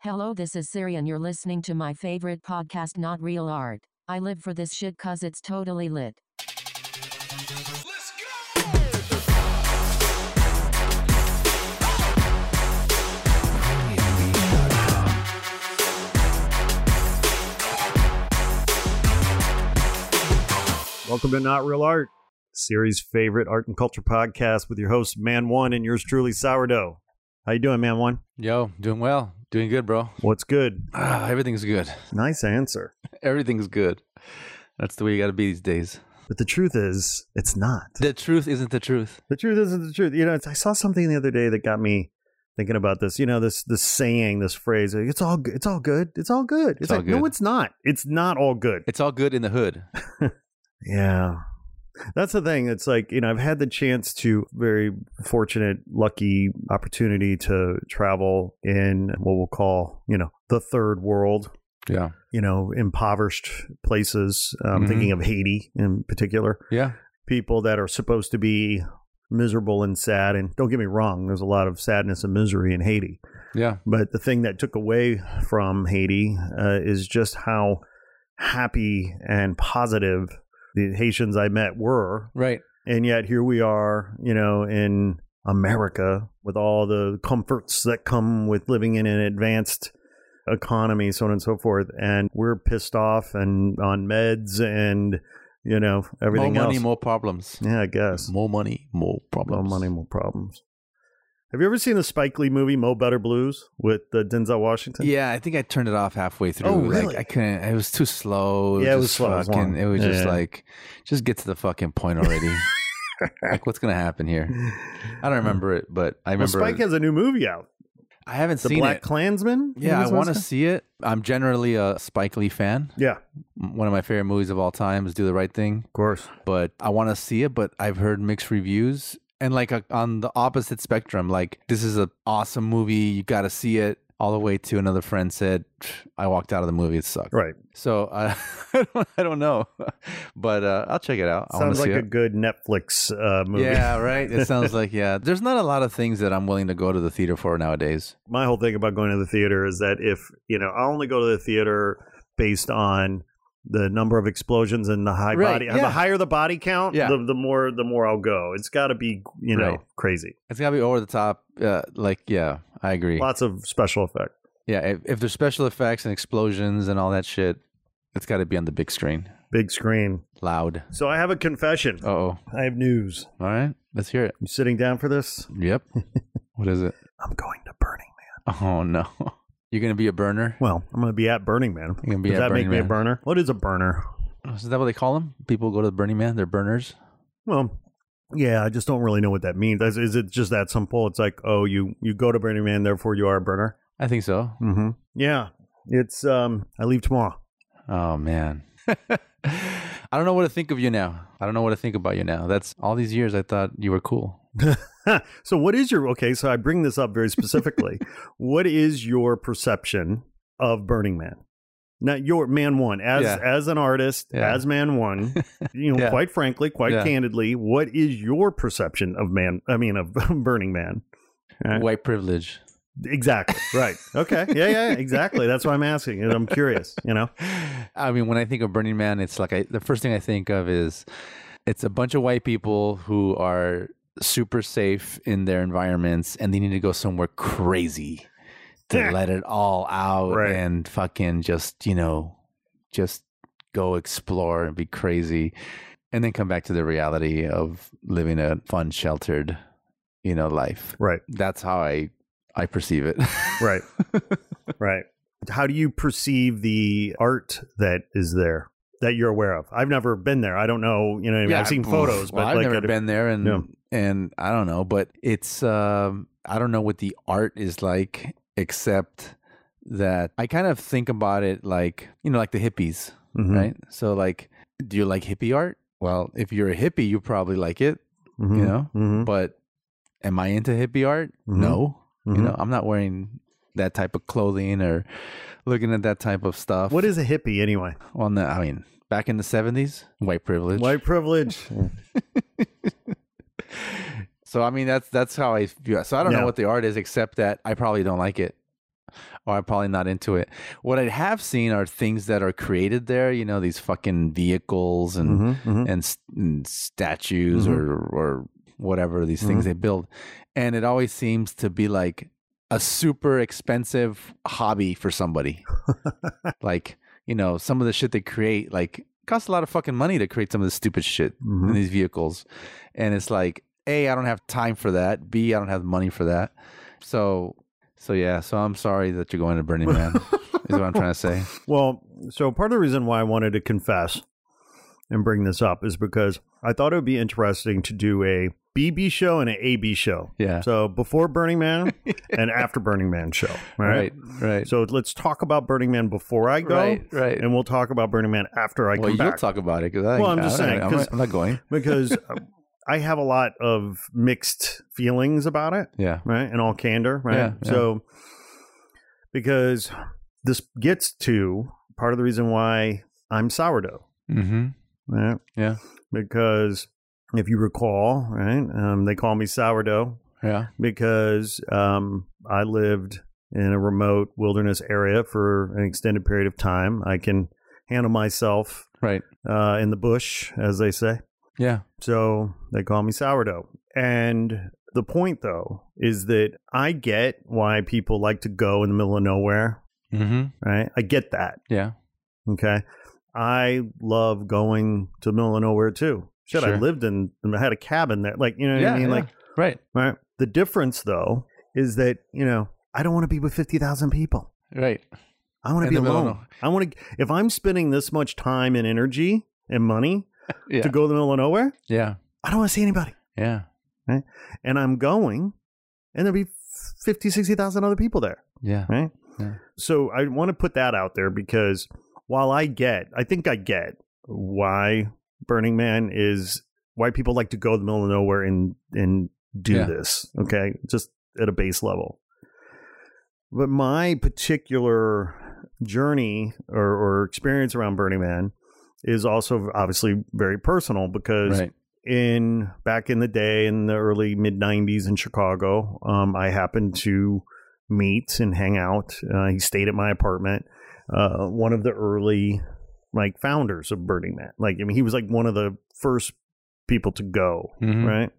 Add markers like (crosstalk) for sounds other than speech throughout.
Hello, this is Siri, and you're listening to my favorite podcast, Not Real Art. I live for this shit cause it's totally lit. Let's go! Welcome to Not Real Art, series favorite art and culture podcast with your host Man One and yours truly Sourdough. How you doing, Man One? Yo, doing well. Doing good, bro. What's good? Ah, everything's good. Nice answer. Everything's good. That's the way you got to be these days. But the truth is, it's not. The truth isn't the truth. The truth isn't the truth. You know, it's, I saw something the other day that got me thinking about this. You know, this this saying, this phrase, like, it's all good. It's all good. It's all good. It's, It's all like, no, good. it's not. It's not all good. It's all good in the hood. Yeah. That's the thing. It's like, you know, I've had the chance to very fortunate, lucky opportunity to travel in what we'll call, you know, the third world, Yeah. you know, impoverished places. I'm Mhm. thinking of Haiti in particular. Yeah. People that are supposed to be miserable and sad. And don't get me wrong, there's a lot of sadness and misery in Haiti. Yeah. But the thing that took away from Haiti uh, is just how happy and positive the Haitians I met were. Right. And yet here we are, you know, in America with all the comforts that come with living in an advanced economy, so on and so forth. And we're pissed off and on meds and, you know, everything more money, else. more problems. yeah, I guess. More money, more More problems. money, more problems. Have you ever seen the Spike Lee movie, Mo Better Blues, with uh, Denzel Washington? Yeah, I think I turned it off halfway through. Oh, really? Like I couldn't. It was too slow. Yeah, just it was slow. It was Fucking, long. it was just Yeah. like, just get to the fucking point already. (laughs) like, what's gonna happen here? I don't remember it, but I Well, remember. Spike has a new movie out, I haven't The seen Black it. Klansman. Yeah, I think is what want to it's see it. I'm generally a Spike Lee fan. called. Yeah, M- One of my favorite movies of all time is Do the Right Thing, of course. but I want to see it. But I've heard mixed reviews, and like uh, on the opposite spectrum, like this is an awesome movie, you got to see it. All the way to another friend said, "Pff, I walked out of the movie. It sucked. Right. So uh, (laughs) I, don't, I don't know, (laughs) but uh, I'll check it out. I want Sounds to like see a it. good Netflix uh, movie. Yeah, right. It sounds like yeah. There's not a lot of things that I'm willing to go to the theater for nowadays. (laughs) My whole thing about going to the theater is that if, you know, I only go to the theater based on the number of explosions and the high Right, body yeah. the higher the body count Yeah. the, the more the more I'll go it's got to be you know Right. crazy It's gotta be over the top. Uh, like yeah, I agree. lots of special effect Yeah, if, if there's special effects and explosions and all that shit, it's got to be on the big screen, big screen loud. so I have a confession Uh oh. I have news All right, let's hear it. you sitting down for this Yep. what is it? I'm going to Burning Man Oh no, (laughs) you're gonna be a burner. well I'm going to be at Burning Man You're gonna be does at that Burning make me a Man. burner what is a burner Is that what they call them? People go to the Burning Man. They're burners. Well, yeah, I just don't really know what that means. Is, is it just that simple? It's like, oh, you you go to Burning Man, therefore you are a burner. I think so. Mm-hmm. Yeah, it's um, I leave tomorrow. Oh man. (laughs) I don't know what to think of you now. I don't know what to think about you now. That's all these years I thought you were cool. so, what is your okay? So, I bring this up very (laughs) specifically. what is your perception of Burning Man? Not your man one as Yeah. as an artist, Yeah. as man one. (laughs) You know, Yeah. quite frankly, quite Yeah. candidly, what is your perception of man? I mean, of (laughs) Burning Man. Right. White privilege. Exactly. Right. Okay. Yeah. Yeah. Exactly. That's why I'm asking. And I'm curious. You know. I mean, when I think of Burning Man, it's like I, the first thing I think of is it's a bunch of white people who are super safe in their environments and they need to go somewhere crazy (laughs) to let it all out Right. and fucking just, you know, just go explore and be crazy and then come back to the reality of living a fun, sheltered, you know, life. Right. That's how I I perceive it. Right. (laughs) Right. How do you perceive the art that is there that you're aware of? I've never been there. I don't know. You know. What I mean? I've seen oof. photos, Well, but I've like, never I- been there, and Yeah. and I don't know, but it's um, I don't know what the art is like, except that I kind of think about it like you know, like the hippies, Mhm. right? So like, do you like hippie art? Well, if you're a hippie, you probably like it, Mhm. you know. Mhm. But am I into hippie art? Mhm. No, Mhm. you know, I'm not wearing that type of clothing or looking at that type of stuff. What is a hippie anyway? on the? I mean, back in the '70s, white privilege, White privilege. So I mean that's that's how I feel. So I don't Yeah. know what the art is except that I probably don't like it. or I'm probably not into it. What I have seen are things that are created there, you know, these fucking vehicles and Mhm, mhm. and, s- and statues or or whatever these things they build and it always seems to be like a super expensive hobby for somebody like you know some of the shit they create like it costs a lot of fucking money to create some of this stupid shit in Mhm. these vehicles and it's like a i don't have time for that b i don't have the money for that so so yeah so i'm sorry that you're going to burning man is what i'm trying to say Well, so part of the reason why I wanted to confess and bring this up is because I thought it would be interesting to do a BB show and an AB show. Yeah. So before Burning Man (laughs) and after Burning Man show. (laughs) All right. right right So let's talk about Burning Man before I go. Right, right. And we'll talk about Burning Man after I well come you'll back. talk about it because Well, I'm just saying, I'm, 'cause- not- I'm not going (laughs) because uh, I have a lot of mixed feelings about it. yeah right? In all candor, right? Yeah, yeah. So, because this gets to part of the reason why I'm sourdough, Mm-hmm. right? Yeah. Because if you recall, right, um, they call me sourdough Yeah. because um, I lived in a remote wilderness area for an extended period of time. I can handle myself Right. uh, in the bush, as they say. Yeah. So they call me sourdough. And the point, though, is that I get why people like to go in the middle of nowhere, Mm-hmm. right? I get that. Yeah. Okay. I love going to the middle of nowhere too. Shit, I Sure. lived in, I had a cabin there. Like, you know what yeah. I mean? yeah. Like, right. right. The difference, though, is that, you know, I don't want to be with 50,000 people. Right. I want to In be the middle of alone. I want to, if I'm spending this much time and energy and money (laughs) Yeah. to go to the middle of nowhere, Yeah. I don't want to see anybody. Yeah. and I'm going, and there'll be 50, 60,000 other people there, Yeah. right? Yeah. So I want to put that out there because while I get, I think I get why Burning Man is why people like to go to the middle of nowhere and and do Yeah. this, okay? Just at a base level. But my particular journey or, or experience around Burning Man is also obviously very personal because Right. in back in the day in the early mid 90s in chicago um, i happened to meet and hang out uh, he stayed at my apartment uh, one of the early like founders of burning man like i mean he was like one of the first people to go Mhm. right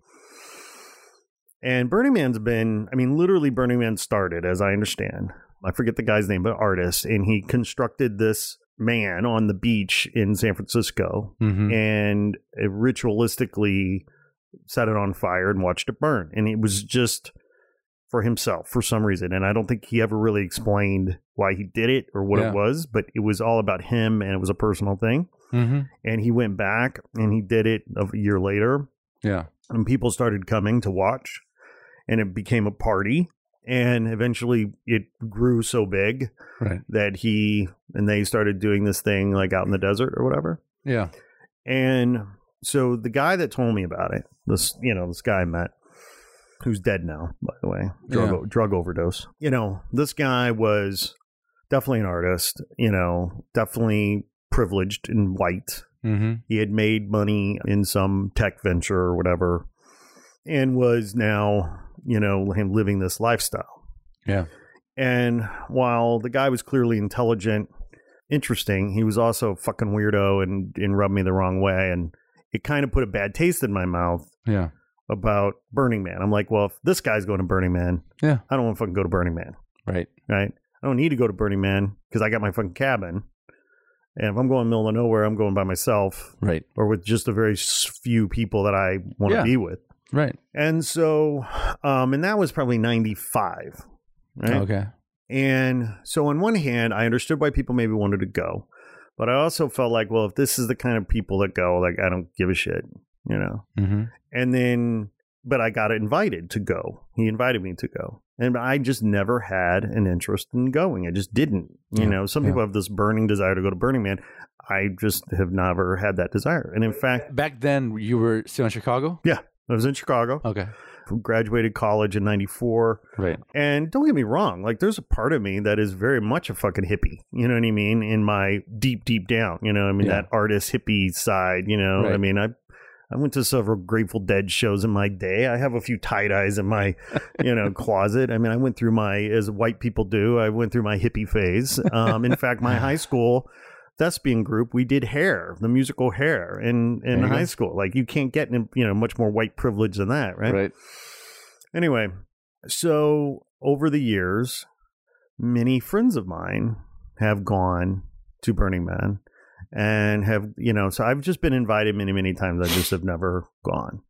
and burning man's been i mean literally burning man started as i understand i forget the guy's name but artist and he constructed this man on the beach in san francisco Mm-hmm. and it ritualistically set it on fire and watched it burn. And it was just for himself for some reason. And I don't think he ever really explained why he did it or what Yeah. it was, but it was all about him and it was a personal thing. Mm-hmm. And he went back and he did it a year later. Yeah. And people started coming to watch and it became a party. And eventually it grew so big Right. that he and they started doing this thing like out in the desert or whatever. Yeah. And so the guy that told me about it, this you know, this guy I met, who's dead now, by the way, drug Yeah. drug overdose. You know, this guy was definitely an artist. You know, definitely privileged and white. Mm-hmm. He had made money in some tech venture or whatever, and was now you know him living this lifestyle. Yeah. And while the guy was clearly intelligent, interesting, he was also a fucking weirdo and, and rubbed me the wrong way. And it kind of put a bad taste in my mouth Yeah. about Burning Man. I'm like, well, if this guy's going to Burning Man, Yeah. I don't want to fucking go to Burning Man, Right. right? I don't need to go to Burning Man because I got my fucking cabin. And if I'm going middle of nowhere, I'm going by myself Right. or with just a very s- few people that I want to Yeah. be with. Right. And so, um, and that was probably 95, right? Okay. And so, on one hand, I understood why people maybe wanted to go, but I also felt like, well, if this is the kind of people that go, like, I don't give a shit, you know? Mm-hmm. And then, but I got invited to go. He invited me to go. And I just never had an interest in going. I just didn't. You Yeah, know, some yeah. people have this burning desire to go to Burning Man. I just have never had that desire. And in fact, Back then, you were still in Chicago. I was in Chicago, Okay. graduated college in 94. Right. And don't get me wrong, like there's a part of me that is very much a fucking hippie. You know what I mean? In my deep, deep down, you know, I mean Yeah. that artist hippie side. You know, I Right. mean I, I went to several Grateful Dead shows in my day. I have a few tie dyes in my, (laughs) you know, closet. I mean, I went through my, as white people do, I went through my hippie phase. Um, in fact, (laughs) my high school thespian group, we did hair, the musical hair in, in There you high go. school. Like, you can't get, you know, much more white privilege than that, right? right? Anyway, so over the years, many friends of mine have gone to Burning Man and have, you know, so I've just been invited many, many times. I just have never gone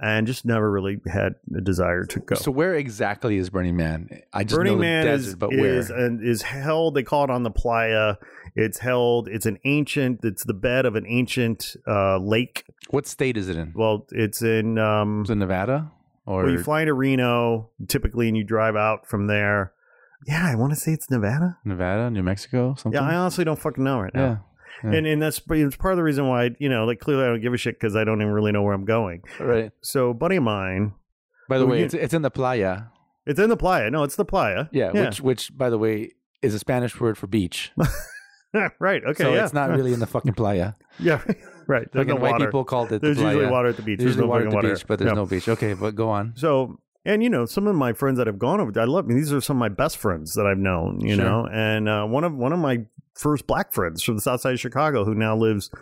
and just never really had a desire to go. So where exactly is Burning Man? I just Burning know the Man desert, is, but where? is, and is held, they call it on the playa. It's held, it's an ancient, it's the bed of an ancient uh, lake. what state is it in? Well, it's in, um, Is it Nevada or Well, you fly to Reno typically, and you drive out from there. Yeah, I want to say it's Nevada. Nevada, New Mexico, something? Yeah, I honestly don't fucking know right yeah. now. And and that's it's part of the reason why you know like clearly I don't give a shit because I don't even really know where I'm going. Right. So, a buddy of mine, By the Well, way, you- it's, it's in the playa. it's in the playa. No, it's the playa. Yeah, which which by the way is a Spanish word for beach. (laughs) right. (laughs) Okay, so yeah, it's (laughs) not yeah. really in the fucking playa. Yeah, right. (laughs) There's Fucking no white water. people called it there's the playa. usually water at the beach. There's usually no water at fucking the beach, but there's Yeah. no beach. Okay, but go on. So, and you know, some of my friends that have gone over, I love. I mean, these are some of my best friends that I've known. You Sure. know, and uh, one of one of my first black friends from the South Side of Chicago, who now lives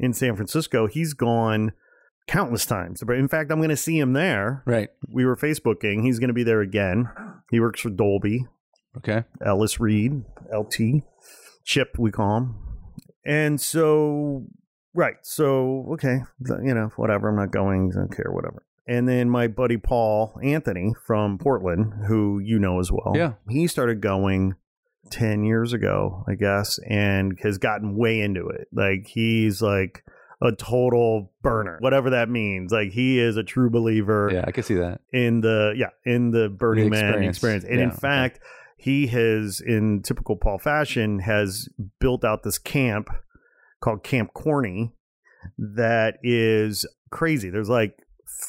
in San Francisco, he's gone countless times. But in fact, I'm going to see him there. Right. We were Facebooking. He's going to be there again. He works for Dolby, Okay. Ellis Reed, LT, Chip, we call him. And so, right. So, okay, th- you know, whatever. I'm not going. I don't care, whatever. And then my buddy Paul Anthony from Portland, who you know as well. Yeah. He started going 10 years ago, I guess, and has gotten way into it. Like, he's like, a total burner, whatever that means. Like he is a true believer Yeah, I can see that. in the yeah in the Burning The Man experience. experience, and in Yeah, okay. fact, he has, in typical Paul fashion, has built out this camp called Camp Corny that is crazy. There's like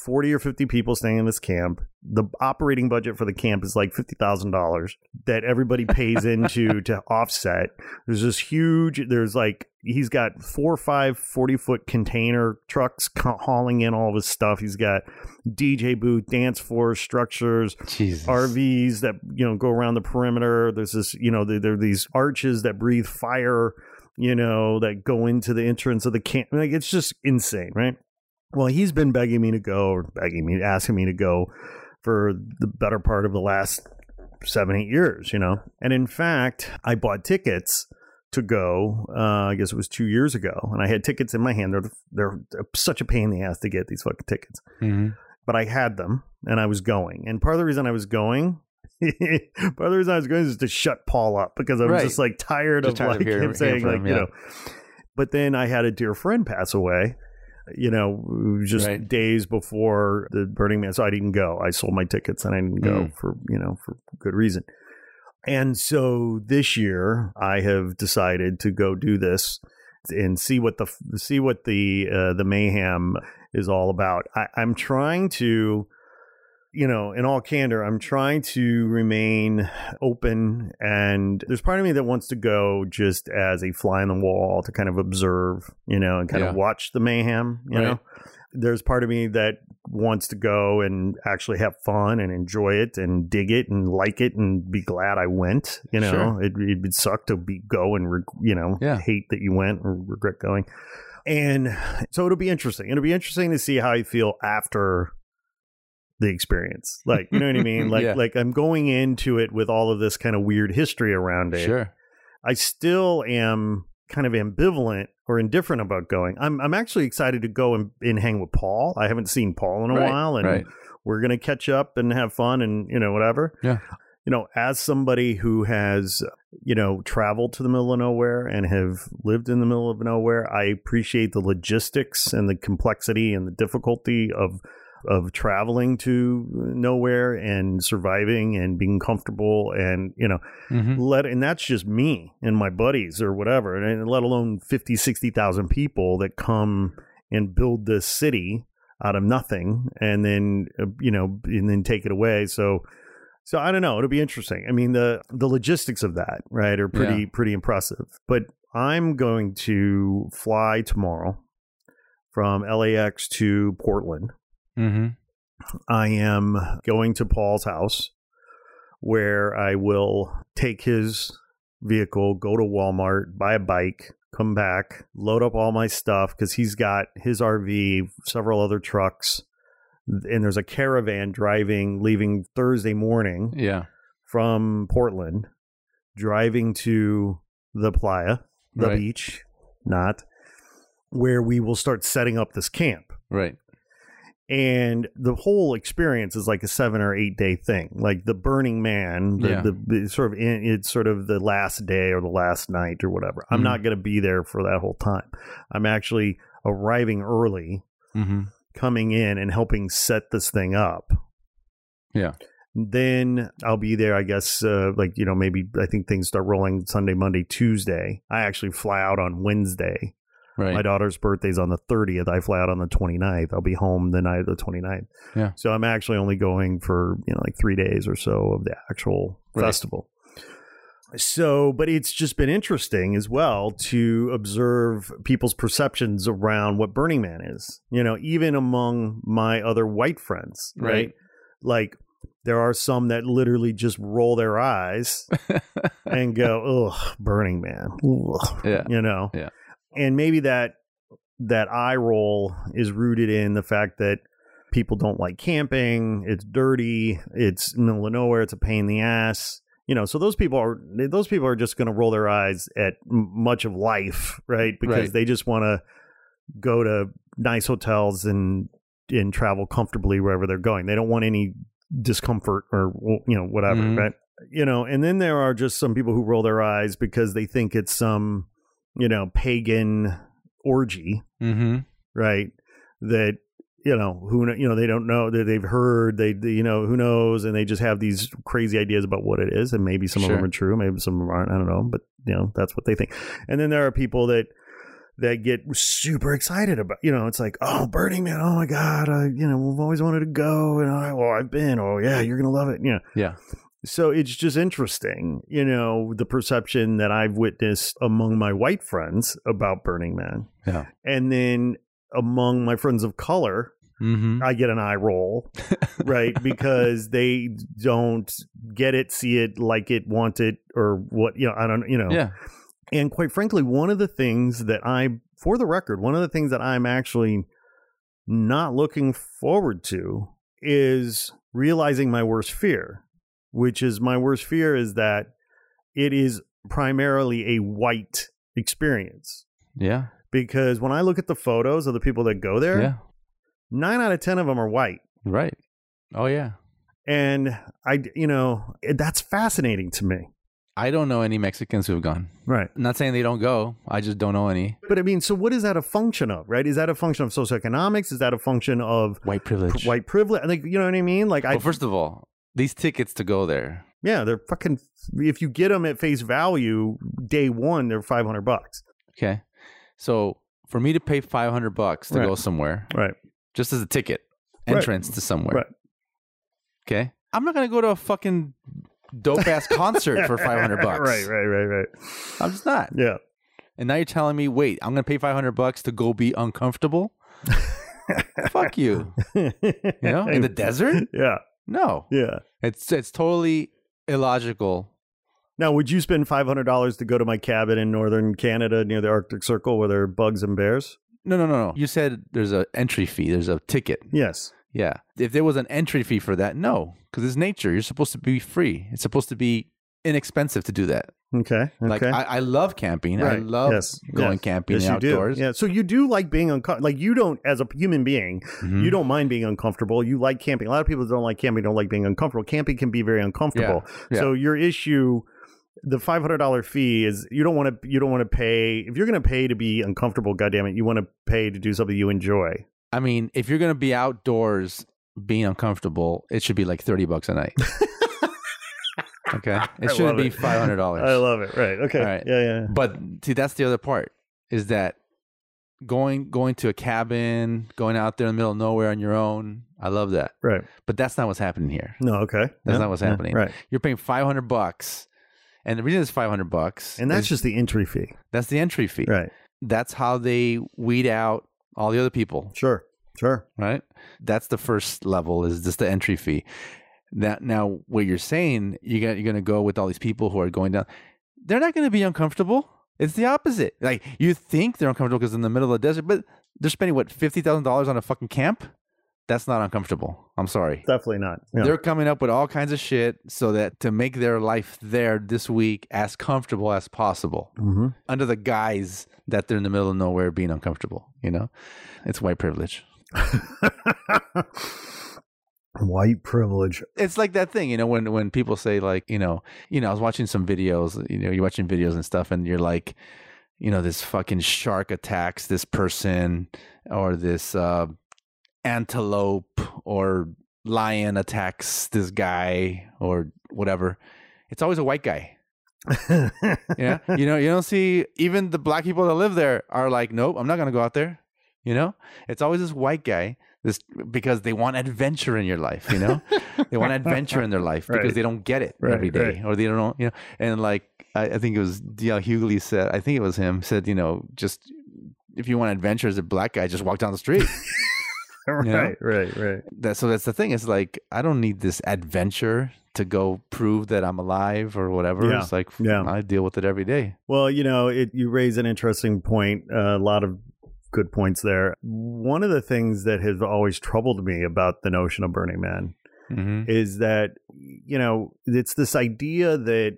forty or fifty people staying in this camp. The operating budget for the camp is like fifty thousand dollars that everybody (laughs) pays into to offset. There's this huge. There's like he's got four or five 40 foot container trucks ca- hauling in all of his stuff. He's got DJ booth, dance floor structures, Jesus. RVs that you know go around the perimeter. There's this, you know, there, there are these arches that breathe fire, you know, that go into the entrance of the camp. Like it's just insane, right? Well, he's been begging me to go, or begging me, asking me to go for the better part of the last seven, eight years, you know. And in fact, I bought tickets to go. Uh, I guess it was two years ago, and I had tickets in my hand. They're they're such a pain in the ass to get these fucking tickets Mhm. but I had them and I was going. And part of the reason I was going, (laughs) part of the reason I was going is to shut Paul up because I was Right. just like tired Just of tired of like hearing- him hearing saying from like him, you yeah. know. But then I had a dear friend pass away. You know, just Right. days before the Burning Man, so I didn't go. I sold my tickets and I didn't go Mm. for you know for good reason. And so this year, I have decided to go do this and see what the see what the uh, the mayhem is all about. I, I'm trying to, you know, in all candor, I'm trying to remain open. And there's part of me that wants to go just as a fly on the wall to kind of observe, you know, and kind of Yeah. watch the mayhem. You Right. know, there's part of me that wants to go and actually have fun and enjoy it and dig it and like it and be glad I went. You know, it, it would suck to be go and reg- you know Yeah. hate that you went or regret going. And so it'll be interesting. It'll be interesting to see how I feel after the experience. Like, you know what (laughs) I mean? Like Yeah. like I'm going into it with all of this kind of weird history around it. Sure. I still am kind of ambivalent or indifferent about going. I'm I'm actually excited to go and, and hang with Paul. I haven't seen Paul in a Right, while and right. we're going to catch up and have fun and you know whatever. Yeah. You know, as somebody who has you know traveled to the middle of nowhere and have lived in the middle of nowhere, I appreciate the logistics and the complexity and the difficulty of of traveling to nowhere and surviving and being comfortable and you know Mhm. let and that's just me and my buddies or whatever and, and let alone 50 60,000 people that come and build this city out of nothing and then uh, you know and then take it away so so I don't know it'll be interesting I mean the the logistics of that right are pretty pretty impressive but I'm going to fly tomorrow from LAX to Portland. Mm-hmm. I am going to Paul's house where I will take his vehicle, go to Walmart, buy a bike, come back, load up all my stuff because he's got his RV, several other trucks, and there's a caravan driving, leaving Thursday morning Yeah. from Portland, driving to the playa, the Right. beach, not where we will start setting up this camp Right. and the whole experience is like a seven or eight day thing like the burning man the, Yeah. the, the sort of in, it's sort of the last day or the last night or whatever i'm Mhm. not going to be there for that whole time i'm actually arriving early Mm-hmm. coming in and helping set this thing up Yeah. then i'll be there i guess uh, like you know maybe i think things start rolling sunday monday tuesday i actually fly out on wednesday Right. my daughter's birthday's on the 30th. I fly out on the 29th. I'll be home the night of the 29th. Yeah. So I'm actually only going for, you know, like 3 days or so of the actual Right. festival. So, but it's just been interesting as well to observe people's perceptions around what Burning Man is. You know, even among my other white friends, right? Right. Like there are some that literally just roll (laughs) their eyes and go, "Ugh, Burning Man." Ugh yeah. you know Yeah. and maybe that that eye roll is rooted in the fact that people don't like camping it's dirty it's middle of nowhere it's a pain in the ass you know so those people are those people are just going to roll their eyes at m- much of life right because Right. they just want to go to nice hotels and and travel comfortably wherever they're going they don't want any discomfort or you know whatever Mhm. right you know and then there are just some people who roll their eyes because they think it's some you know pagan orgy Mm-hmm. right that you know who kn- you know they don't know that they've heard they, they- you know who knows and they just have these crazy ideas about what it is and maybe some of them Sure. are true maybe some of them aren't i don't know but you know that's what they think and then there are people that that get super excited about you know it's like oh burning man oh my god i you know we've always wanted to go and i well i've been oh yeah you're gonna love it you know Yeah. so it's just interesting you know the perception that i've witnessed among my white friends about burning man Yeah. and then among my friends of color Mm-hmm. i get an eye roll right because they don't get it see it like it want it or what you know i don't you know Yeah. and quite frankly, one of the things that I, for the record, one of the things that I'm actually not looking forward to is realizing my worst fear, which is my worst fear is that it is primarily a white experience. Yeah. Because when I look at the photos of the people that go there, Yeah. nine out of 10 of them are white. Right. Oh yeah. And I, you know, that's fascinating to me. I don't know any Mexicans who have gone. Right. I'm not saying they don't go. I just don't know any. But I mean, so what is that a function of, right? Is that a function of socioeconomics? Is that a function of White pr- privilege. white privilege. Like, you know what I mean? Like, I, well, first of all, these tickets to go there. yeah, they're fucking, if you get them at face value day one, they're 500 bucks. Okay. So for me to pay 500 bucks to Right. go somewhere, Right. just as a ticket, Right. entrance to somewhere. Right. Okay. I'm not going to go to a fucking dope (laughs) ass concert (laughs) for 500 bucks. right, right, right, right. I'm just not. Yeah. (laughs) And now you're telling me, wait, I'm going to pay 500 bucks to go be (laughs) uncomfortable? Fuck you. You know, in the desert? (laughs) Yeah. No. Yeah. It's it's totally illogical. Now, would you spend $500 to go to my cabin in northern Canada near the Arctic Circle where there are bugs and bears? No, no, no, no. You said there's an entry fee, there's a ticket. Yes. Yeah. If there was an entry fee for that, no, because it's nature. You're supposed to be free. It's supposed to be inexpensive to do that. Okay. Okay. Like I, I love camping. I Right. love Yes. going Yes. camping yes, you outdoors. do. Yeah. So you do like being uncomfortable. Like you don't, as a human being, Mhm. You don't mind being uncomfortable. You like camping. A lot of people that don't like camping don't like being uncomfortable. Camping can be very uncomfortable. yeah. So your issue, the five hundred dollar fee is you don't want to you don't want to pay if you're going to pay to be uncomfortable. goddammit, it, you want to pay to do something you enjoy. I mean, if you're gonna be outdoors being uncomfortable, it should be like thirty bucks a (laughs) night. okay, it I love shouldn't be it. five hundred dollars. I love it. Right. Okay. All right. Yeah. Yeah. But see, that's the other part is that going going to a cabin, going out there in the middle of nowhere on your own. I love that, Right. but that's not what's happening here. No. Okay. That's No, not what's no, happening. Right. You're paying five hundred bucks, and the reason it's five hundred bucks, And that's is- just the entry fee. that's the entry fee. Right. That's how they weed out all the other people, Sure. Sure. right? That's the first level is just the entry fee. That now what you're saying, you got you're gonna go with all these people who are going down. They're not gonna be uncomfortable. It's the opposite. Like you think they're uncomfortable because in the middle of the desert, but they're spending what fifty thousand dollars on a fucking camp. That's not uncomfortable. I'm sorry. Definitely not. Yeah. They're coming up with all kinds of shit so that to make their life there this week as comfortable as possible Mhm. under the guise that they're in the middle of nowhere being uncomfortable. You know, it's white privilege. (laughs) White privilege. (laughs) It's like that thing, you know, when when people say like, you know, you know, I was watching some videos, you know, you're watching videos and stuff, and you're like, you know, this fucking shark attacks this person or this uh, antelope or lion attacks this guy or whatever. It's always a white guy. yeah you know you don't see even the black people that live there are like nope i'm not gonna go out there you know it's always this white guy this because they want adventure in your life you know they want adventure (laughs) in their life because Right. they don't get it Right, every day or they don't you know and like i, I think it was dl hughley said i think it was him said you know just if you want adventure as a black guy just walk down the (laughs) street right, right, right. that so that's the thing it's like i don't need this adventure to go prove that i'm alive or whatever Yeah, it's like yeah. i deal with it every day Well, you know, it, you raise an interesting point. a lot of good points there. One of the things that has always troubled me about the notion of Burning Man mm-hmm. (laughs) is that, you know, it's this idea that.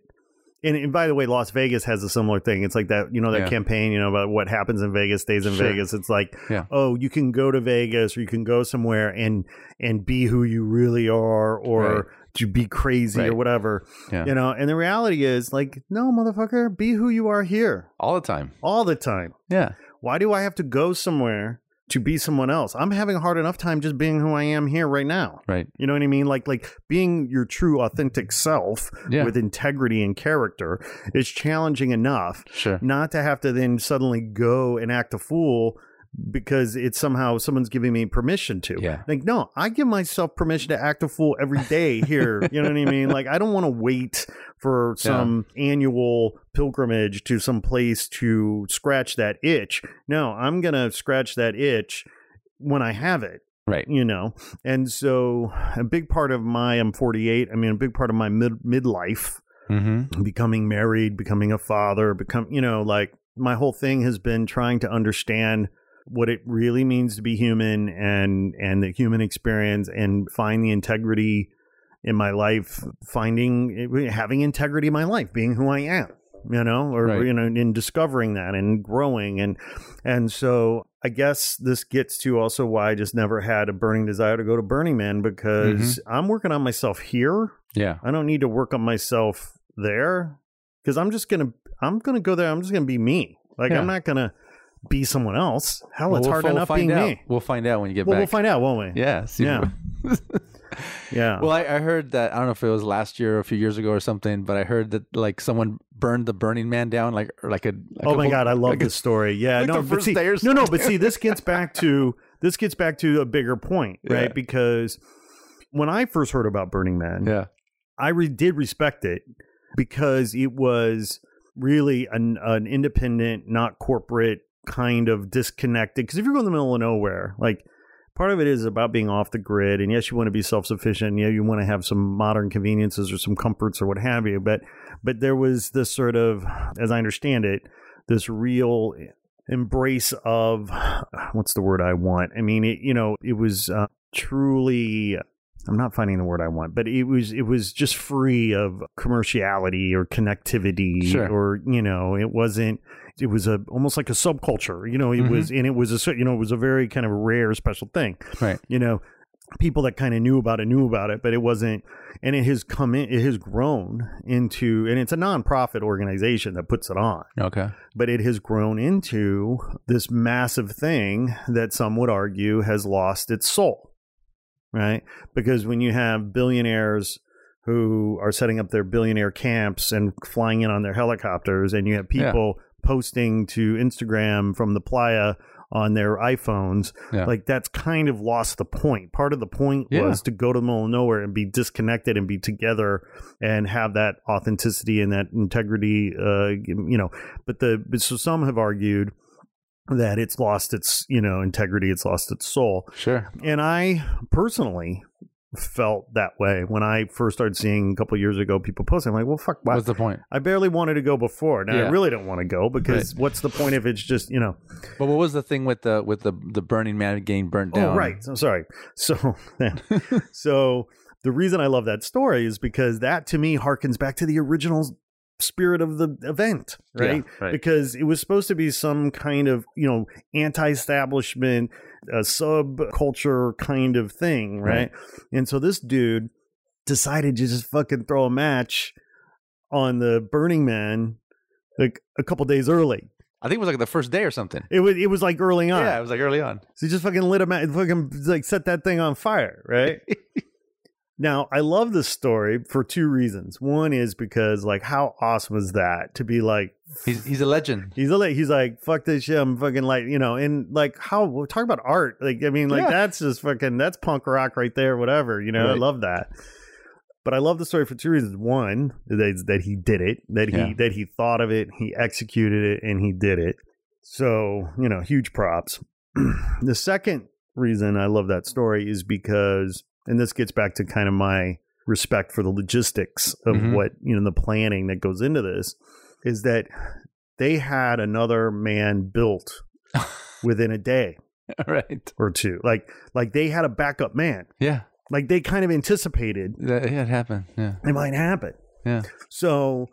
And, and by the way, Las Vegas has a similar thing. It's like that, you know, that Yeah. campaign, you know, about what happens in Vegas stays in Sure. Vegas. It's like, Yeah. oh, you can go to Vegas or you can go somewhere and and be who you really are, or Right. to be crazy Right. or whatever. Yeah. You know, and the reality is like, no, motherfucker, be who you are here all the time all the time. Yeah. Why do I have to go somewhere to be someone else? I'm having a hard enough time just being who I am here right now. Right. You know what I mean? Like like being your true authentic self Yeah. with integrity and character is challenging enough sure. not to have to then suddenly go and act a fool because it's somehow someone's giving me permission to. Yeah. Like, no, I give myself permission to act a fool every (laughs) day here. you know what I mean? Like, I don't want to wait for some annual pilgrimage to some place to scratch that itch. No, I'm going to scratch that itch when I have it Right. you know and so a big part of my i'm 48 i mean a big part of my mid midlife Mm-hmm. becoming married, becoming a father, become you know, like my whole thing has been trying to understand what it really means to be human and and the human experience and find the integrity in my life, finding having integrity in my life, being who I am, you know, or Right. you know, in discovering that and growing and and so I guess this gets to also why I just never had a burning desire to go to Burning Man because I'm working on myself here Yeah. I don't need to work on myself there because I'm just gonna I'm gonna go there. I'm just gonna be me. Like Yeah. I'm not gonna be someone else. Hell, it's hard we'll enough find being out. me. We'll find out when you get Well, we'll back. find out, won't we? yeah. see- Yeah. Yeah. Well, I, I heard that I don't know if it was last year or a few years ago or something, but I heard that like someone burned the Burning Man down, like or like a. a oh my couple- god, I love like a- (laughs) this story. Yeah. like no, the but first see, day or no, no, but see, this gets back to this gets back to a bigger point, (laughs) right? Yeah. Because when I first heard about Burning Man, Yeah. I re- did respect it because it was really an, an independent, not corporate kind of disconnected. Because if you're going in the middle of nowhere, like part of it is about being off the grid. And yes, you want to be self sufficient. Yeah, you want to have some modern conveniences or some comforts or what have you. But but there was this sort of, as I understand it, this real embrace of what's the word I want. I mean, it, you know, it was uh, truly I'm not finding the word I want, but it was it was just free of commerciality or connectivity Sure. or you know it wasn't it was a almost like a subculture you know it Mhm. was and it was a cer- you know it was a very kind of rare special thing Right. you know people that kind of knew about it knew about it but it wasn't and it has come in it has grown into and it's a nonprofit organization that puts it on Okay. but it has grown into this massive thing that some would argue has lost its soul, right? Because when you have billionaires who are setting up their billionaire camps and flying in on their helicopters, and you have Yeah. people posting to Instagram from the playa on their iPhones, Yeah. like that's kind of lost the point. Part of the point Yeah. was to go to the middle of nowhere and be disconnected and be together and have that authenticity and that integrity, uh, you know. But the but so some have argued that it's lost its, you know, integrity, it's lost its soul. Sure. And I personally felt that way when I first started seeing a couple years ago people posting. I'm like, well, fuck, why? What's the point? I barely wanted to go before. Now I Yeah. really don't want to go because what's the point if it's just, you know, But what was the thing with the with the the Burning Man getting burnt down? Oh, right. I'm sorry. (laughs) So, so the reason I love that story is because that to me harkens back to the original spirit of the event, right? Yeah, right. Because it was supposed to be some kind of you know anti-establishment, uh, subculture kind of thing, right? And so this dude decided to just fucking throw a match on the Burning Man like a couple days early. I think it was like the first day or something. It was it was like early on. Yeah, it was like early on. So he just fucking lit him out, fucking like set that thing on fire, (laughs) right? now I love this story for two reasons. One is because like how awesome is that to be like He's he's a legend. he's like he's like fuck this shit, I'm fucking like you know, and like how well, talk about art, like I mean like Yeah. that's just fucking that's punk rock right there, whatever, you know. I Right. love that. But I love the story for two reasons. One, that, that he did it, that he Yeah. that he thought of it, he executed it, and he did it. So, you know, huge props. (clears throat) the second reason I love that story is because, and this gets back to kind of my respect for the logistics of Mhm. what, you know, the planning that goes into this is that they had another man built within a day (laughs) right. or two. Like, like they had a backup man. Yeah. Like they kind of anticipated That, yeah, it happened. Yeah. it might happen. Yeah. So,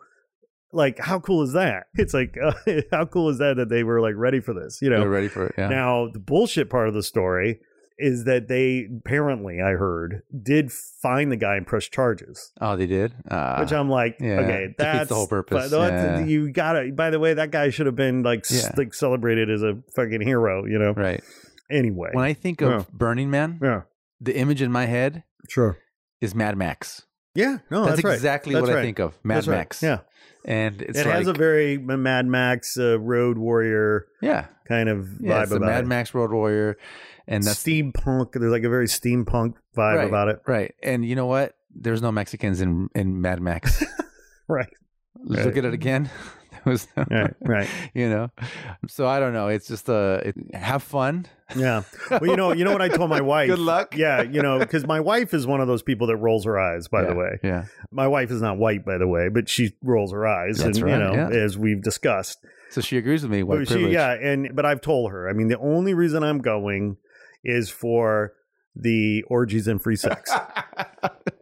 like, how cool is that? It's like, (laughs) uh, how cool is that that they were like ready for this? You know, They're ready for it. Yeah. Now, the bullshit part of the story is that they apparently, I heard, did find the guy and press charges, oh, they did. Uh, which I'm like, yeah, okay, defeats the that's whole purpose, but that's- yeah. You gotta. By the way, that guy should have been like s- Yeah. like celebrated as a fucking hero. You know. right. Anyway. When I think of Yeah. Burning Man, yeah. the image in my head Sure. is Mad Max. Yeah. No, Oh, that's, that's, right. exactly That's what I right. think of. Mad That's right. Max. Yeah. And it's it like, has a very Mad Max uh, Road Warrior yeah, kind of yeah, vibe it's a about Mad it. Max Road Warrior, and that's steampunk. There's like a very steampunk vibe Right. about it. right. And you know what? There's no Mexicans in in Mad Max. (laughs) Right. Let's Look at Right. it again. (laughs) There was no, Right. Right. (laughs) you know. So I don't know. It's just uh it, have fun. Yeah. Well, you know, you know (laughs) what I told my wife. Good luck. Yeah, you know, because my wife is one of those people that rolls her eyes. By Yeah, the way, yeah, my wife is not white, by the way, but she rolls her eyes, That's and you right, know, yeah. as we've discussed, so she agrees with me. White But she- privilege. yeah. And but I've told her. I mean, the only reason I'm going is for the orgies and (laughs) free sex.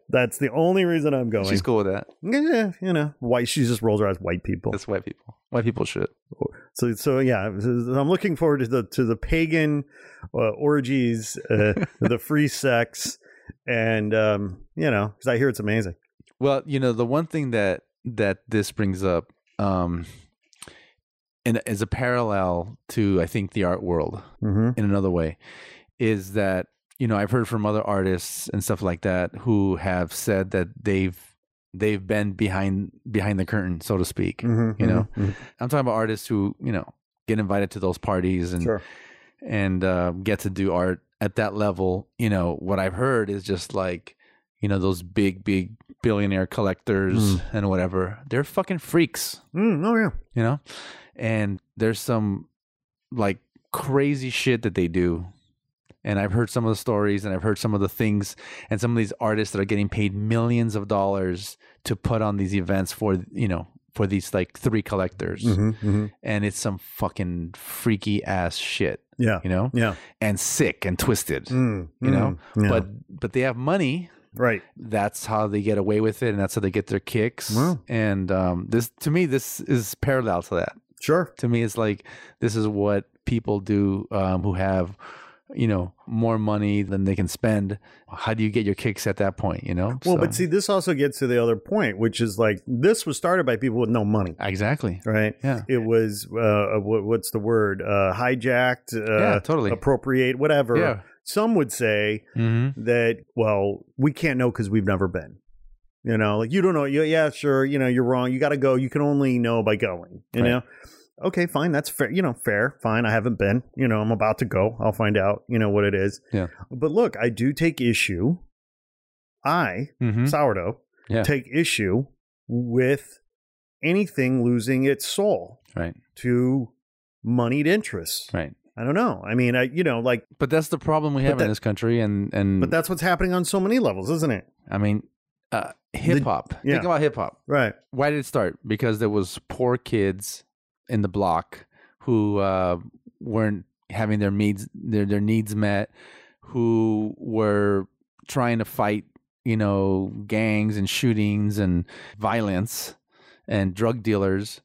That's the only reason I'm going. (laughs) she's cool with that. Yeah, you know, white. She just rolls her eyes. White people. That's white people. White people should. So so yeah, I'm looking forward to the to the pagan uh, orgies, (laughs) uh, the free sex, and um, you know, because I hear it's amazing. Well, you know, the one thing that that this brings up, um, and is a parallel to I think the art world Mm-hmm. in another way, is that you know I've heard from other artists and stuff like that who have said that they've they've been behind behind the curtain, so to speak. Mm-hmm. You know? I'm talking about artists who you know get invited to those parties and sure. and uh, get to do art at that level, you know, what I've heard is just like, you know, those big, big billionaire collectors and whatever, they're fucking freaks, Mm, oh yeah. you know? And there's some like crazy shit that they do. And I've heard some of the stories and I've heard some of the things and some of these artists that are getting paid millions of dollars to put on these events for, you know, for these like three collectors. Mm-hmm. Mm-hmm. And it's some fucking freaky ass shit, Yeah. you know? Yeah. and sick and twisted Mm, You know, mm, yeah. but but they have money right. that's how they get away with it and that's how they get their kicks Wow. and um, this to me this is parallel to that Sure. to me it's like this is what people do um, who have you know more money than they can spend how do you get your kicks at that point you know Well, So- but see, this also gets to the other point, which is like this was started by people with no money, exactly right? yeah It was uh, what, what's the word? Uh, hijacked, uh, yeah totally appropriate, whatever. yeah Some would say hmm that well we can't know because we've never been you know like you don't know you, yeah sure you know you're wrong you got to go you can only know by going you Right. know okay fine that's fair you know fair fine i haven't been you know i'm about to go i'll find out you know what it is Yeah. but look i do take issue i hmm sourdough Yeah. take issue with anything losing its soul right to moneyed interests. Right. I don't know. I mean, I you know, like, But that's the problem we have that- in this country, and and but that's what's happening on so many levels, isn't it? I mean, uh, hip hop. yeah. Think about hip hop. Right. Why did it start? Because there was poor kids in the block who uh, weren't having their needs their their needs met, who were trying to fight, you know, gangs and shootings and violence and drug dealers,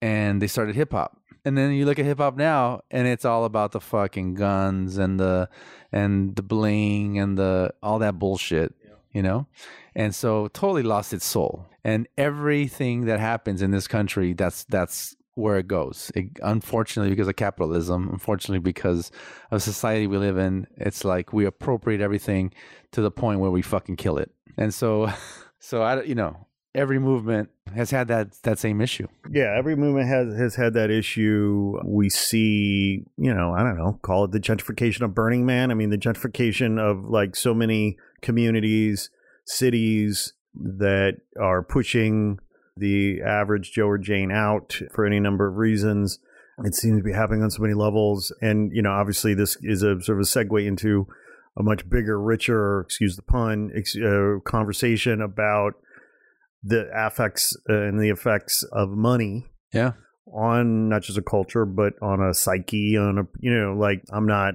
and they started hip hop. And then you look at hip hop now, and it's all about the fucking guns and the and the bling and the all that bullshit, you know and so totally lost its soul. And everything that happens in this country, that's that's where it goes. It, unfortunately, because of capitalism, unfortunately, because of society we live in, it's like we appropriate everything to the point where we fucking kill it. And so, (laughs) so I, don't- you know, every movement has had that that same issue. Yeah, every movement has has had that issue. We see, you know, I don't know, call it the gentrification of Burning Man. I mean, the gentrification of like so many communities, cities that are pushing the average Joe or Jane out for any number of reasons. It seems to be happening on so many levels, and you know, obviously, this is a sort of a segue into a much bigger, richer, excuse the pun, ex- uh, conversation about the affects uh, and the effects of money Yeah. on not just a culture but on a psyche on a you know like i'm not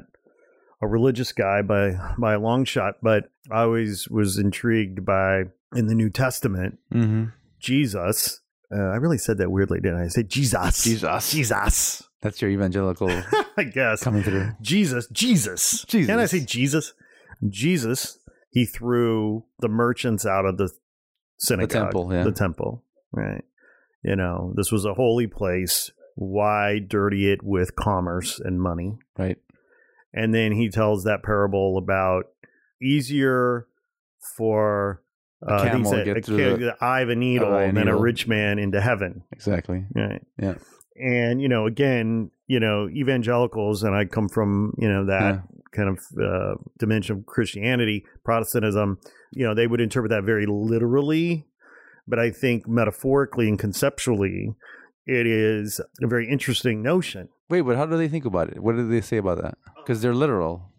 a religious guy by by a long shot but i always was intrigued by in the new testament Mm-hmm. jesus uh, i really said that weirdly didn't i I said jesus Jesus. jesus (laughs) That's your evangelical i guess coming through. Oh Jesus, Jesus. Jesus. Can I say Jesus? Jesus, he threw the merchants out of the synagogue. temple, yeah. The temple, right. You know, this was a holy place. Why dirty it with commerce and money? Right. And then he tells that parable about easier for A uh, camel he to said, get a through kid- the- the eye of a needle eye of a than a needle. rich man into heaven. Exactly. Right. Yeah. And you know, again, you know, evangelicals, and I come from you know that Yeah. kind of uh, dimension of Christianity, Protestantism. You know, they would interpret that very literally, but I think metaphorically and conceptually, it is a very interesting notion. Wait, but how do they think about it? What do they say about that? Because they're literal.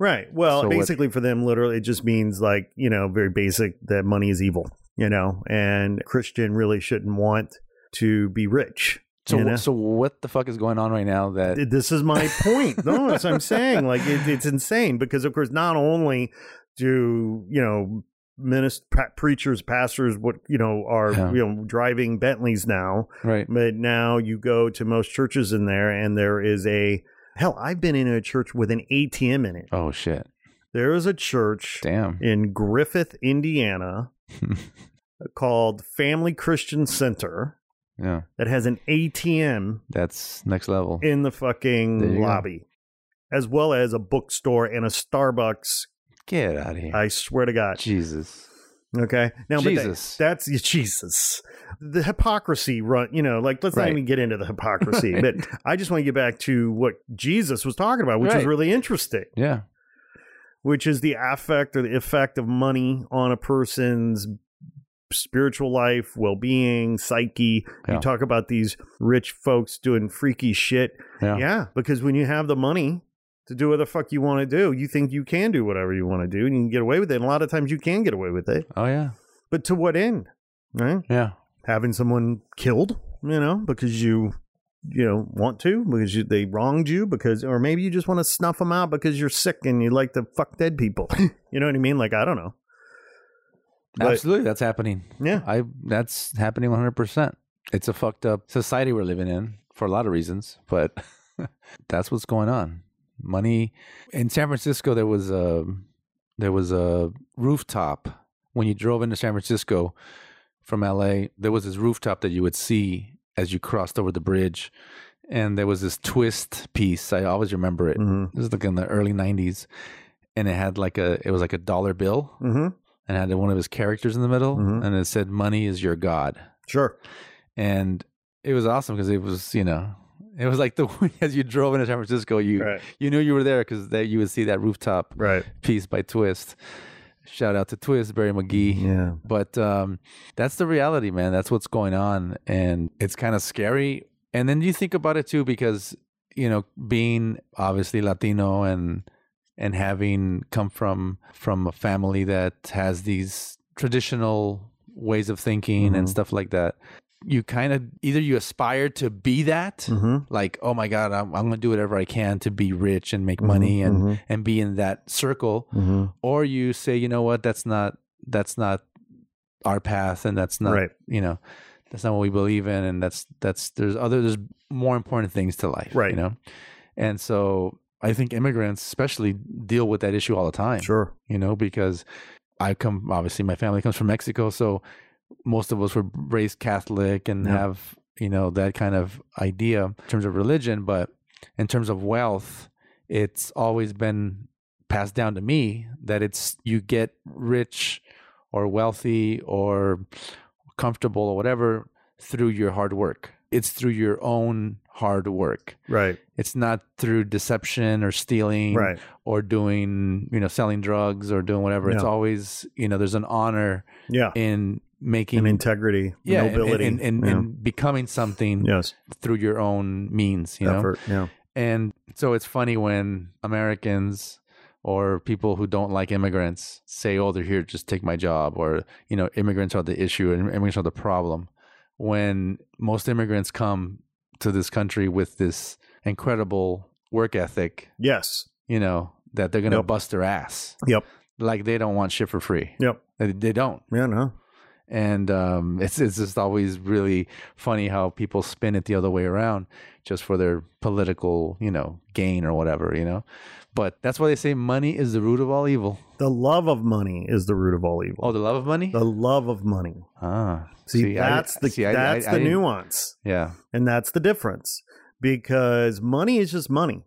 Right. Well, So what- basically for them, literally, it just means like, you know, very basic that money is evil, you know, and a Christian really shouldn't want to be rich. So, you know? so what the fuck is going on right now? That Th- this is my point. No, that's what I'm saying. Like it, it's insane because, of course, not only do you know minister preachers, pastors, what you know are Yeah. you know driving Bentleys now, right? but now you go to most churches in there, and there is a hell. I've been in a church with an ATM in it. Oh shit! There is a church Damn. in Griffith, Indiana, called Family Christian Center Yeah, that has an ATM that's next level. in the There you fucking go. lobby, as well as a bookstore and a Starbucks. Get out of here, I swear to God. Jesus. Okay, now but that- Jesus. that's yeah, Jesus. The hypocrisy, run. You know, like let's not Right. even get into the hypocrisy. (laughs) Right. But I just want to get back to what Jesus was talking about, which was Right. really interesting, Yeah, which is the affect or the effect of money on a person's spiritual life, well-being, psyche. Yeah. You talk about these rich folks doing freaky shit. yeah, Yeah, because when you have the money to do what the fuck you want to do, you think you can do whatever you want to do and you can get away with it. And a lot of times you can get away with it. Oh yeah, But to what end? Right? yeah. Having someone killed, you know, because you you know want to because you, they wronged you because or maybe you just want to snuff them out because you're sick and you like to fuck dead people. (laughs) you know what I mean? Like I don't know. But- Absolutely, that's happening. Yeah. I that's happening 100. percent It's a fucked up society we're living in for a lot of reasons, but (laughs) that's what's going on. Money in San Francisco. There was a there was a rooftop when you drove into San Francisco from LA. There was this rooftop that you would see as you crossed over the bridge, and there was this twist piece. I always remember it. Mhm. This is like in the early 90s, and it had like a it was like a dollar bill Mhm. and had one of his characters in the middle, Mhm. and it said, "Money is your god," Sure. and it was awesome because it was, you know, it was like the (laughs) as you drove into San Francisco, you Right. you knew you were there because that you would see that rooftop Right. piece by Twist. Shout out to Twist, Barry McGee. Yeah. But um, that's the reality, man. That's what's going on, and it's kind of scary. And then you think about it too, because you know, being obviously Latino and and having come from from a family that has these traditional ways of thinking and Mhm. stuff like that, you kind of either you aspire to be that, hmm like, oh my God, I'm, I'm gonna do whatever I can to be rich and Mm-hmm. make money and and be in that circle, hmm or you say, you know what, that's not that's not our path, and that's not right. you know that's not what we believe in and that's that's there's other there's more important things to life Right. you know and so i think immigrants especially deal with that issue all the time Sure. you know because i come obviously my family comes from mexico so most of us were raised catholic and Yeah. have you know that kind of idea in terms of religion but in terms of wealth it's always been passed down to me that it's you get rich or wealthy or comfortable or whatever through your hard work it's through your own hard work Right. it's not through deception or stealing Right. or doing you know selling drugs or doing whatever it's Yeah. always you know there's an honor Yeah. in making And integrity, yeah and- nobility, and, and, yeah. and becoming something yes, through your own means you know effort. Yeah. and so it's funny when Americans or people who don't like immigrants say, "Oh, they're here, just take my job," or you know, immigrants are the issue and immigrants are the problem. When most immigrants come to this country with this incredible work ethic, Yes. you know, that they're gonna Yep. bust their ass. Yep. Like they don't want shit for free. Yep. They, they don't. Yeah. No. And um, (laughs) it's it's just always really funny how people spin it the other way around, just for their political you know gain or whatever you know. But that's why they say money is the root of all evil. The love of money is the root of all evil. Oh, the love of money. The love of money. ah, See, I- that's the see, I- that's I- I the didn't- nuance, Yeah, and that's the difference because money is just money,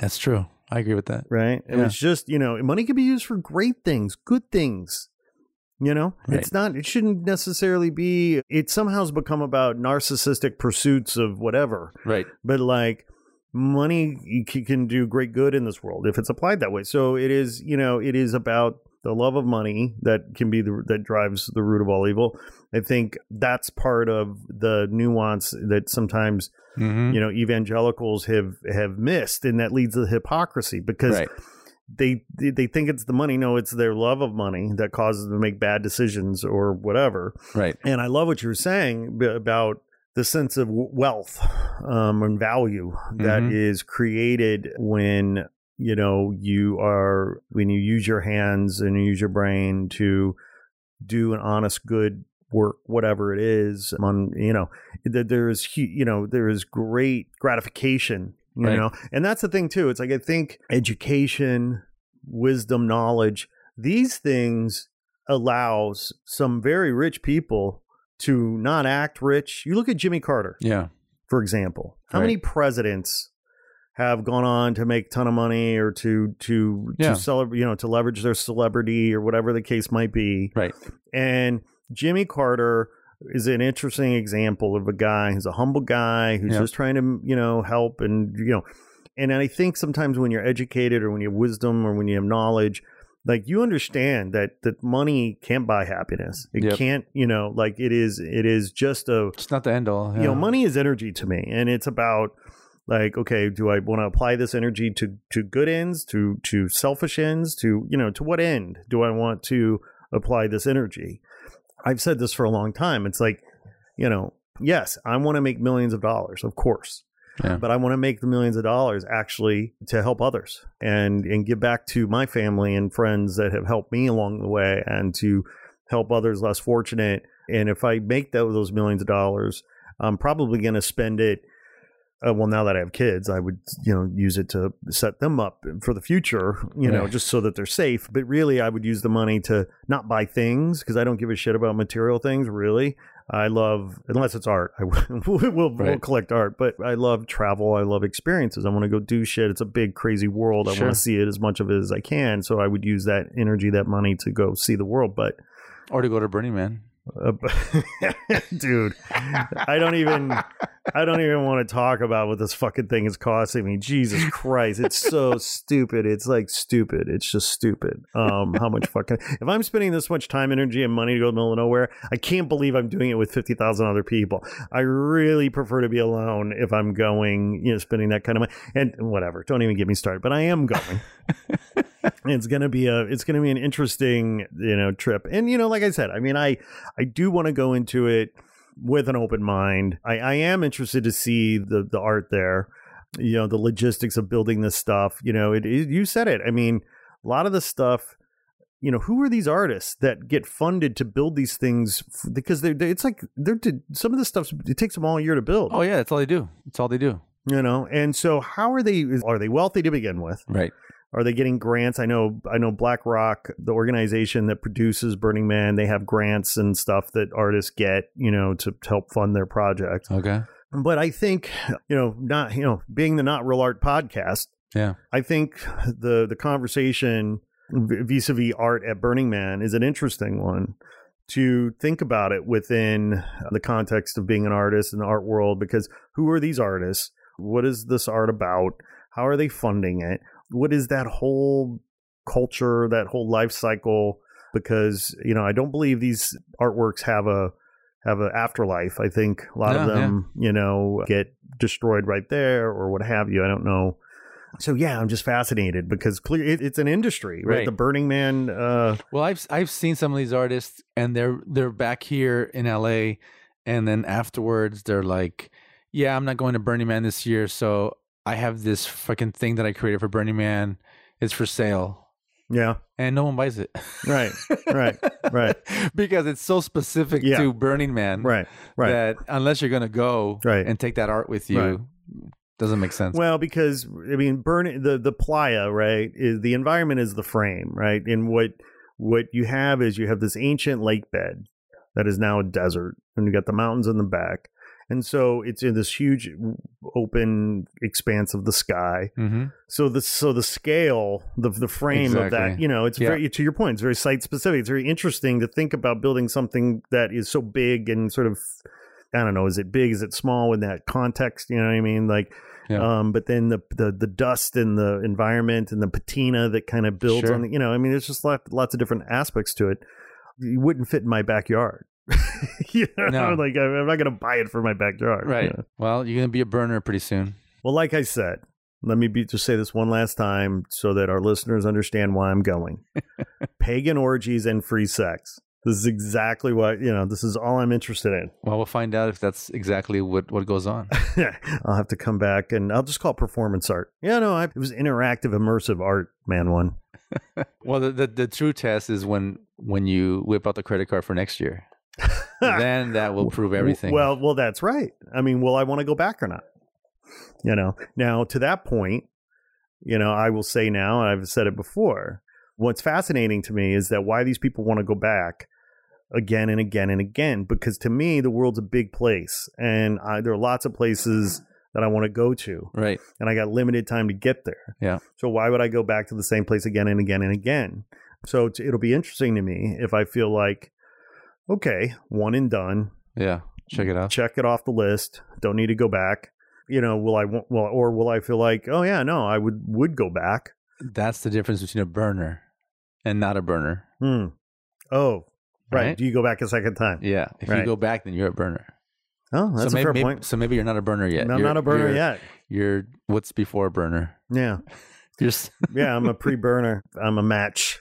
that's true. I agree with that. right? And Yeah. It's just you know, money can be used for great things, good things. You know, Right. it's not. It shouldn't necessarily be. It somehow has become about narcissistic pursuits of whatever, Right. but like money c- can do great good in this world if it's applied that way. So it is, you know, it is about the love of money that can be the, that drives the root of all evil. I think that's part of the nuance that sometimes Mm-hmm. you know evangelicals have have missed, and that leads to hypocrisy because Right. they they they think it's the money. No, it's their love of money that causes them to make bad decisions or whatever. Right. And I love what you were saying b- about the sense of w- wealth um, and value that is Mhm. created when you know you are when you use your hands and you use your brain to do an honest good work whatever it is on you know that there is hu- you know there is great gratification you Right. know and that's the thing too it's like i think education wisdom knowledge these things allows some very rich people to not act rich you look at jimmy carter Yeah. for example how Right. many presidents have gone on to make a ton of money or to to Yeah. to celebrate you know to leverage their celebrity or whatever the case might be Right. and Jimmy Carter is an interesting example of a guy who's a humble guy who's Yeah. just trying to, you know, help and, you know, and I think sometimes when you're educated or when you have wisdom or when you have knowledge, like you understand that that money can't buy happiness. It Yep. can't, you know, like it is it is just a It's not the end all. Yeah. you know, money is energy to me and it's about like okay, do I want to apply this energy to to good ends, to to selfish ends, to you know, to what end do I want to apply this energy? I've said this for a long time. It's like, you know, yes, I want to make millions of dollars, of course. Yeah. But I want to make the millions of dollars actually to help others and and give back to my family and friends that have helped me along the way and to help others less fortunate. And if I make tho- those millions of dollars, I'm probably going to spend it. Uh, well, now that I have kids, I would you know use it to set them up for the future, you know, Right. just so that they're safe. But really, I would use the money to not buy things because I don't give a shit about material things. Really, I love unless it's art. I (laughs) will we'll, we'll Right. collect art, but I love travel. I love experiences. I want to go do shit. It's a big crazy world. I Sure. want to see it as much of it as I can. So I would use that energy, that money to go see the world. But Or to go to Burning Man. Uh, (laughs) dude, I don't even I don't even want to talk about what this fucking thing is costing me. Jesus Christ, it's so stupid. It's like stupid. It's just stupid. Um, how much fucking if I'm spending this much time, energy, and money to go to the middle of nowhere, I can't believe I'm doing it with fifty thousand other people. I really prefer to be alone if I'm going, you know, spending that kind of money. And whatever, don't even get me started. But I am going. it's gonna be a it's gonna be an interesting you know trip and you know like i said i mean i i do want to go into it with an open mind i i am interested to see the the art there you know the logistics of building this stuff you know it, it you said it i mean a lot of the stuff you know who are these artists that get funded to build these things f- because they're, they it's like they're to, some of this stuff it takes them all year to build Oh yeah, that's all they do. That's all they do. you know and so how are they are they wealthy to begin with Right. are they getting grants? I know I know BlackRock, the organization that produces Burning Man, they have grants and stuff that artists get, you know, to help fund their project. Okay. But I think, you know, not you know, being the not real art podcast, Yeah. I think the the conversation v- vis-a-vis art at Burning Man is an interesting one to think about it within the context of being an artist in the art world because who are these artists? What is this art about? How are they funding it? What is that whole culture, that whole life cycle because, you know, I don't believe these artworks have a have an afterlife. I think a lot of Yeah, yeah. them, you know, get destroyed right there or what have you. I don't know so yeah, I'm just fascinated because clear it, it's an industry, right? Right. The Burning Man. Uh, Well, I've I've seen some of these artists, and they're they're back here in L.A. And then afterwards, they're like, "Yeah, I'm not going to Burning Man this year, so I have this fucking thing that I created for Burning Man. It's for sale, yeah, and no one buys it, right, right, right, (laughs) because it's so specific Yeah. to Burning Man, right, right. That unless you're gonna go Right. and take that art with you, Right. doesn't make sense. Well, because I mean, burn the the playa, right? Is the environment is the frame, right? And what what you have is you have this ancient lake bed that is now a desert, and you got the mountains in the back, and so it's in this huge open expanse of the sky, mm-hmm. So the so the scale, the the frame of that, Exactly. you know, it's Yeah. very to your point, it's very site specific. It's very interesting to think about building something that is so big and sort of I don't know, is it big, is it small in that context, you know what I mean? Like Yeah. um but then the, the the dust and the environment and the patina that kind of builds Sure. on the, you know, I mean there's just lot, lots of different aspects to it. You wouldn't fit in my backyard. (laughs) you know, No. like I'm I'm not gonna buy it for my backyard. Right. you know? Well, you're gonna be a burner pretty soon. Well, like I said, let me be, just say this one last time so that our listeners understand why I'm going. Pagan orgies and free sex. This is exactly what, you know, this is all I'm interested in. (laughs) Well, we'll find out if that's exactly what what goes on. I'll have to come back and I'll just call it performance art. Yeah, no, I, it was interactive, immersive art, man. One. Well, the, the the true test is when when you whip out the credit card for next year. then that (laughs) will prove everything. Well, well, that's right. I mean, will I want to go back or not? You know, now to that point, you know, I will say now, and I've said it before. What's fascinating to me is that why these people want to go back again and again and again. Because to me, the world's a big place, and I, there are lots of places that I want to go to, right. and I got limited time to get there. Yeah. So why would I go back to the same place again and again and again? So it's, it'll be interesting to me if I feel like, okay, one and done Yeah. Check it out. check it off the list. Don't need to go back. You know, will I wa- well or will I feel like, oh yeah, no, I would would go back. That's the difference between a burner and not a burner. Hmm. Oh, right. Right. Do you go back a second time? Yeah. If Right. you go back, then you're a burner. Oh, that's so a maybe, fair maybe- point. So maybe you're not a burner yet. No, I'm You're- not a burner you're- yet. You're what's before a burner. Yeah, You're s- yeah. I'm a pre-burner. I'm a match.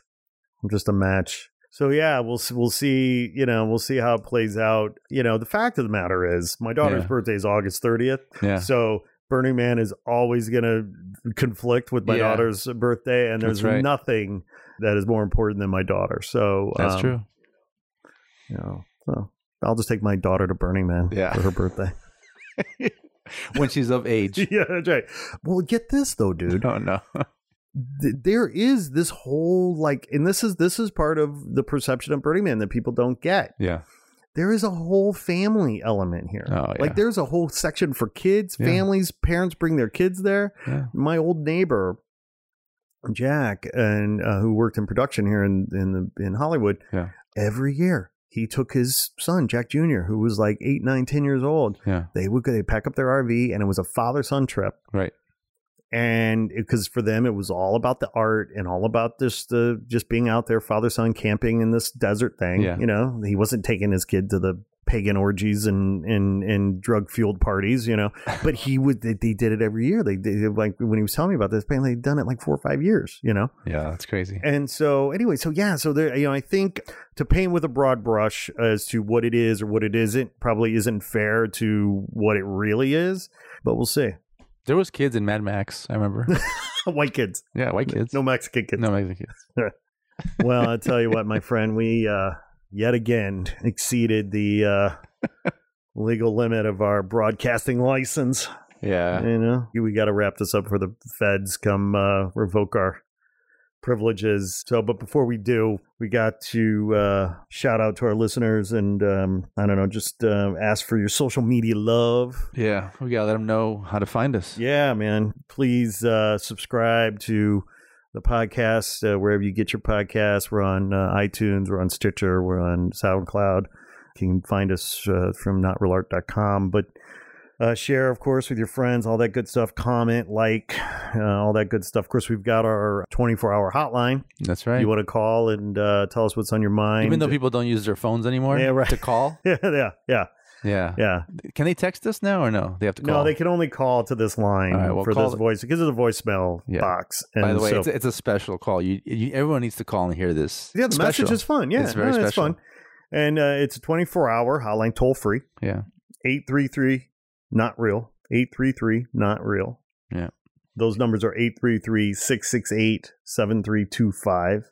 I'm just a match. So yeah, we'll s- we'll see. You know, we'll see how it plays out. You know, the fact of the matter is, my daughter's Yeah. birthday is August 30th. (laughs) yeah. So Burning Man is always going to conflict with my Yeah. daughter's birthday, and there's That's right. nothing that is more important than my daughter. So That's um, true. You know, so I'll just take my daughter to Burning Man Yeah. for (laughs) her birthday. (laughs) When she's of (laughs) age. yeah, that's right. Well, get this though, dude. Oh no. Th- there is this whole like, and this is this is part of the perception of Burning Man that people don't get. (laughs) Yeah. There is a whole family element here. Oh, yeah. Like there's a whole section for kids, Yeah. families, parents bring their kids there. Yeah. my old neighbor Jack and uh, who worked in production here in in, the, in Hollywood Yeah. every year he took his son jack jr who was like eight nine ten years old Yeah. they would they pack up their rv and it was a father son trip Right. and because for them it was all about the art and all about this the just being out there father son camping in this desert thing Yeah. you know he wasn't taking his kid to the pagan orgies and and and drug fueled parties you know but he would they, they did it every year they did like when he was telling me about this band they'd done it like four or five years you know Yeah. That's crazy. and so, anyway, so yeah, so there, you know, I think to paint with a broad brush as to what it is or what it isn't probably isn't fair to what it really is, but we'll see. (laughs) There was kids in Mad Max. I (laughs) remember. White kids, Yeah, white kids. no Mexican kids. no Mexican kids. (laughs) Well, I'll tell you what, my friend, we uh, yet again (laughs) exceeded the uh, legal limit of our broadcasting license. Yeah. you know, we got to wrap this up for the feds come uh, revoke our privileges. So, but before we do, we got to uh, shout out to our listeners and um, I don't know, just uh, ask for your social media love. Yeah. We gotta let them know how to find us. Yeah, man. Please uh, subscribe to the podcast uh, wherever you get your podcasts. We're on uh, iTunes, we're on Stitcher, we're on SoundCloud. You can find us uh, from notrealart.com. But uh, share, of course, with your friends, all that good stuff. Comment, like, uh, all that good stuff. Of course, we've got our 24 hour hotline. That's right. You want to call and uh, tell us what's on your mind. (laughs) Even though people don't use their phones anymore Yeah, right. to (laughs) call. yeah, yeah, yeah, Yeah. yeah. Can they text us now or no? They have to call. No, they can only call to this line All right, well, for call this it- voice because of the voicemail Yeah. box. By the And way, so- it's, it's a special call. You, you everyone needs to call and hear this. Yeah, the Special. message is fun. Yeah, It's very no, it's special. fun. And uh, it's a 24 hour hotline toll free Yeah. 833 not real. 833 not real. Yeah. Those numbers are 833 668 7325.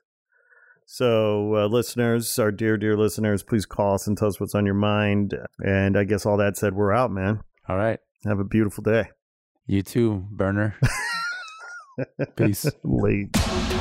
So, uh, listeners, our dear, dear listeners, please call us and tell us what's on your mind. And I guess all that said, we're out, man. All right. Have a beautiful day. (laughs) You too, burner. Peace. Late.